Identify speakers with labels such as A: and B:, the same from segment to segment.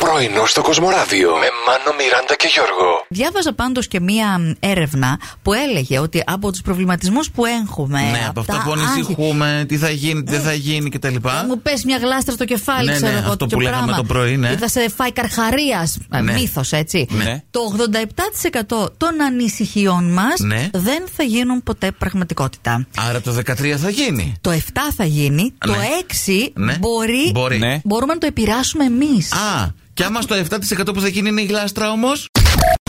A: Πρωινό στο Κοσμοράδιο με Μάνο, Μιράντα και Γιώργο.
B: Διάβαζα πάντως και μία έρευνα που έλεγε ότι από τους προβληματισμούς που έχουμε.
C: Ναι, από αυτά
B: Ε, τα
C: που ανησυχούμε, τι θα γίνει, τι δεν θα γίνει κτλ.
B: άγχη, Μου πες μια γλάστρα στο κεφάλι,
C: Ναι,
B: ξέρω
C: ναι,
B: εγώ.
C: αυτό
B: τέτοιο
C: που λέγαμε
B: πράγμα.
C: το πρωί, ναι.
B: Ή θα σε φάει καρχαρίας.
C: Ναι.
B: Μύθος, έτσι.
C: Ναι.
B: Το 87% των ανησυχιών μας
C: Ναι.
B: δεν θα γίνουν ποτέ πραγματικότητα.
C: Άρα το 13 θα γίνει.
B: Το 7 θα γίνει, το
C: Ναι.
B: 6
C: Ναι.
B: μπορεί,
C: Μπορεί.
D: Ναι.
B: μπορούμε να το επηρεάσουμε εμείς.
C: Α, και άμα στο 7% που θα γίνει είναι η γλάστρα όμως.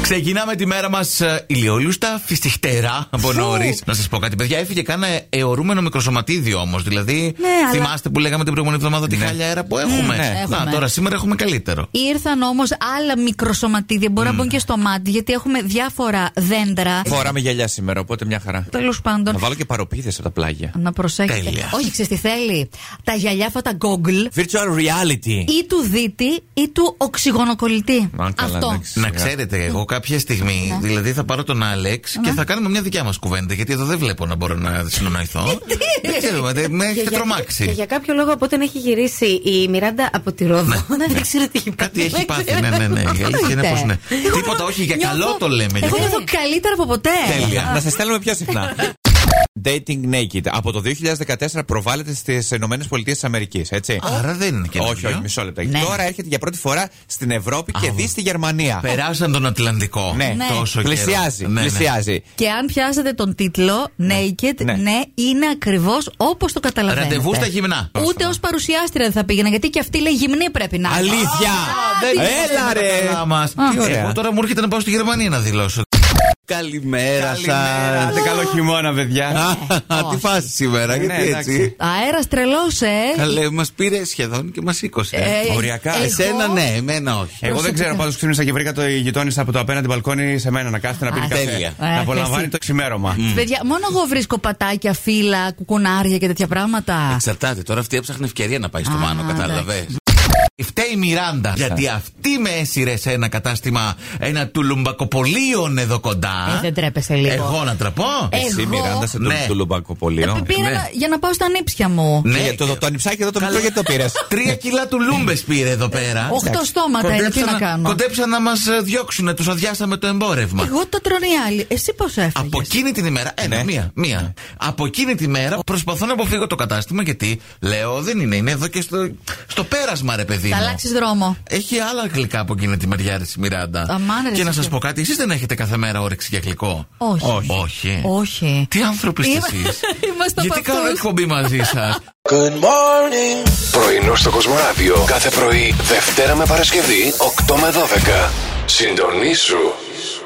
C: Ξεκινάμε τη μέρα μας ηλιόλουστα, φυσιχτερά από
B: Φου.
C: νωρίς. Να σας πω κάτι, παιδιά, έφυγε κανένα αιωρούμενο μικροσωματίδιο όμως. Δηλαδή,
B: Ναι, αλλά-
C: θυμάστε που λέγαμε την προηγούμενη εβδομάδα τη χάλια αέρα που έχουμε.
B: ναι.
C: Να,
B: Έχουμε.
C: τώρα σήμερα έχουμε καλύτερο.
B: Ήρθαν όμως άλλα μικροσωματίδια, μπορεί να μπουν και στο μάτι, γιατί έχουμε διάφορα δέντρα.
D: Φοράμε γυαλιά σήμερα, οπότε μια χαρά.
B: Τέλος πάντων,
D: Να βάλω και παροπίδες από τα πλάγια.
B: να προσέχετε.
C: Τέλεια.
B: Όχι, ξέρεις τι θέλει. Τα γυαλιά αυτά τα Google
D: Virtual reality.
B: ή του δίτη ή του οξυγονοκολλητή.
D: Α, καλά,
B: Αυτό.
D: εντάξει.
C: Να
D: Σιγά.
C: ξέρετε, εγώ κάποια στιγμή,
B: Ναι.
C: δηλαδή θα πάρω τον Άλεξ και θα κάνουμε μια δικιά μας κουβέντα. Γιατί εδώ δεν βλέπω να μπορώ να συνονοηθώ. Δεν ξέρω, δε- με έχετε
E: για- Και
C: τρομάξει.
E: για κάποιο λόγο από όταν έχει γυρίσει η Μιράντα από τη Ρόδο. Δεν ξέρω τι έχει πάει.
C: Ναι. Κάτι έχει
B: Δεν
C: πάθει.
B: ξέρω.
C: Ναι, ναι, ναι. Η αλήθεια είναι
B: Εννοείται.
C: πως ναι.
B: Εγώ
C: Τίποτα,
B: νιώθω-
C: όχι, για
B: νιώθω-
C: καλό το λέμε. για
B: Εγώ
C: καλό.
B: νιώθω καλύτερα από ποτέ.
C: Ε,
D: Τέλεια. Να σε στέλνουμε πιο συχνά. Dating naked. Από το 2014 προβάλλεται στις ΗΠΑ, έτσι.
C: Άρα δεν είναι
D: όχι,
C: καινούριο.
D: όχι, μισό λεπτό.
B: Ναι.
D: Τώρα έρχεται για πρώτη φορά στην Ευρώπη και δει στη Γερμανία.
C: Περάσαν τον Ατλαντικό.
D: Ναι,
B: Ναι.
C: τόσο καιρό.
D: πλησιάζει.
C: Ναι, ναι.
D: πλησιάζει.
B: Και αν πιάσετε τον τίτλο Naked, ναι,
D: Ναι.
B: είναι ακριβώς όπως το καταλαβαίνετε.
C: Ραντεβού στα γυμνά.
B: Ούτε ως παρουσιάστρια δεν θα πήγαινα, γιατί και αυτή λέει γυμνή πρέπει να είναι.
D: Αλήθεια!
C: Δεν
D: Έλα
C: είμαστε
D: ρε!
C: καλά μας.
D: Τι ωραία.
C: Εγώ τώρα μου έρχεται να πάω στη Γερμανία να δηλώσω.
D: Καλημέρα
C: σας.
D: Άντε καλό χειμώνα,
B: Ε,
D: παιδιά.
C: Ναι, Α, Τι φάση σήμερα,
D: Ναι,
C: γιατί
D: εντάξει.
C: έτσι.
B: Αέρας τρελός, ε!
C: Καλέ, μας πήρε σχεδόν και μας σήκωσε.
D: Οριακά. Ε,
B: εγώ-
C: Εσένα ναι, εμένα όχι.
D: Εγώ δεν ξέρω, πάντως ξύπνησα και βρήκα το η γειτόνισσα από το απέναντι μπαλκόνι σε μένα να κάθεται να πίνει
B: Α,
D: καφέ.
B: τέλεια. Α,
D: Να απολαμβάνει
B: εσύ.
D: το ξημέρωμα.
B: Παιδιά, μόνο εγώ βρίσκω πατάκια, φύλλα, κουκουνάρια και τέτοια πράγματα.
C: Εξαρτάται. Τώρα αυτή έψαχνε ευκαιρία να πάει στο
B: Α,
C: Μάνο, κατάλαβε. Φταίει η Μιράντα. Γιατί αυτή με έσυρε σε ένα κατάστημα, ένα τουλουμπακοπολίων εδώ
B: Ε,
C: κοντά.
B: δεν τρέπεσαι λίγο.
C: Εγώ να τραπώ.
B: Ε,
D: Εσύ
B: εγώ-
D: Μιράντα σε το
C: Ναι.
B: Ε,
D: τουλουμπακοπολείο.
B: Πήρα
C: ναι.
B: να- για να πάω στα νύψια μου.
D: Ναι, το, το ανιψάκι εδώ το μικρό γιατί το πήρες.
C: Τρία κιλά του λούμπε πήρε εδώ πέρα.
B: Ε, Οχτώ στόματα είναι, τι να κάνω.
C: κοντέψαν να μας διώξουν, τους αδειάσαμε το εμπόρευμα.
B: Εγώ το τρώνε οι άλλοι. Εσύ πώ έφυγε.
C: Από εκείνη την ημέρα. Ένα,
D: Ναι.
C: μία, μία. Από εκείνη την ημέρα προσπαθώ να αποφύγω το κατάστημα γιατί λέω δεν είναι, είναι εδώ και στο, στο πέρασμα ρε παιδί.
B: Θα
C: μου.
B: αλλάξεις δρόμο.
C: Έχει άλλα γλυκά από εκείνη τη μεριά ρε Μιράντα.
B: Αμάν, ρε,
C: και να
B: εσύ.
C: σα πω κάτι, εσείς δεν έχετε κάθε μέρα όρεξη για γλυκό.
B: Όχι.
C: Όχι.
B: Όχι.
C: Τι άνθρωποι είστε
B: Είμα-
C: εσείς.
B: Είμαστε από
C: Γιατί κάνω
B: αυτούς.
C: εκπομπή μαζί σας.
A: Πρωινό στο Κοσμοράδιο κάθε πρωί, Δευτέρα με Παρασκευή, 8 με 12. Συντονίσου.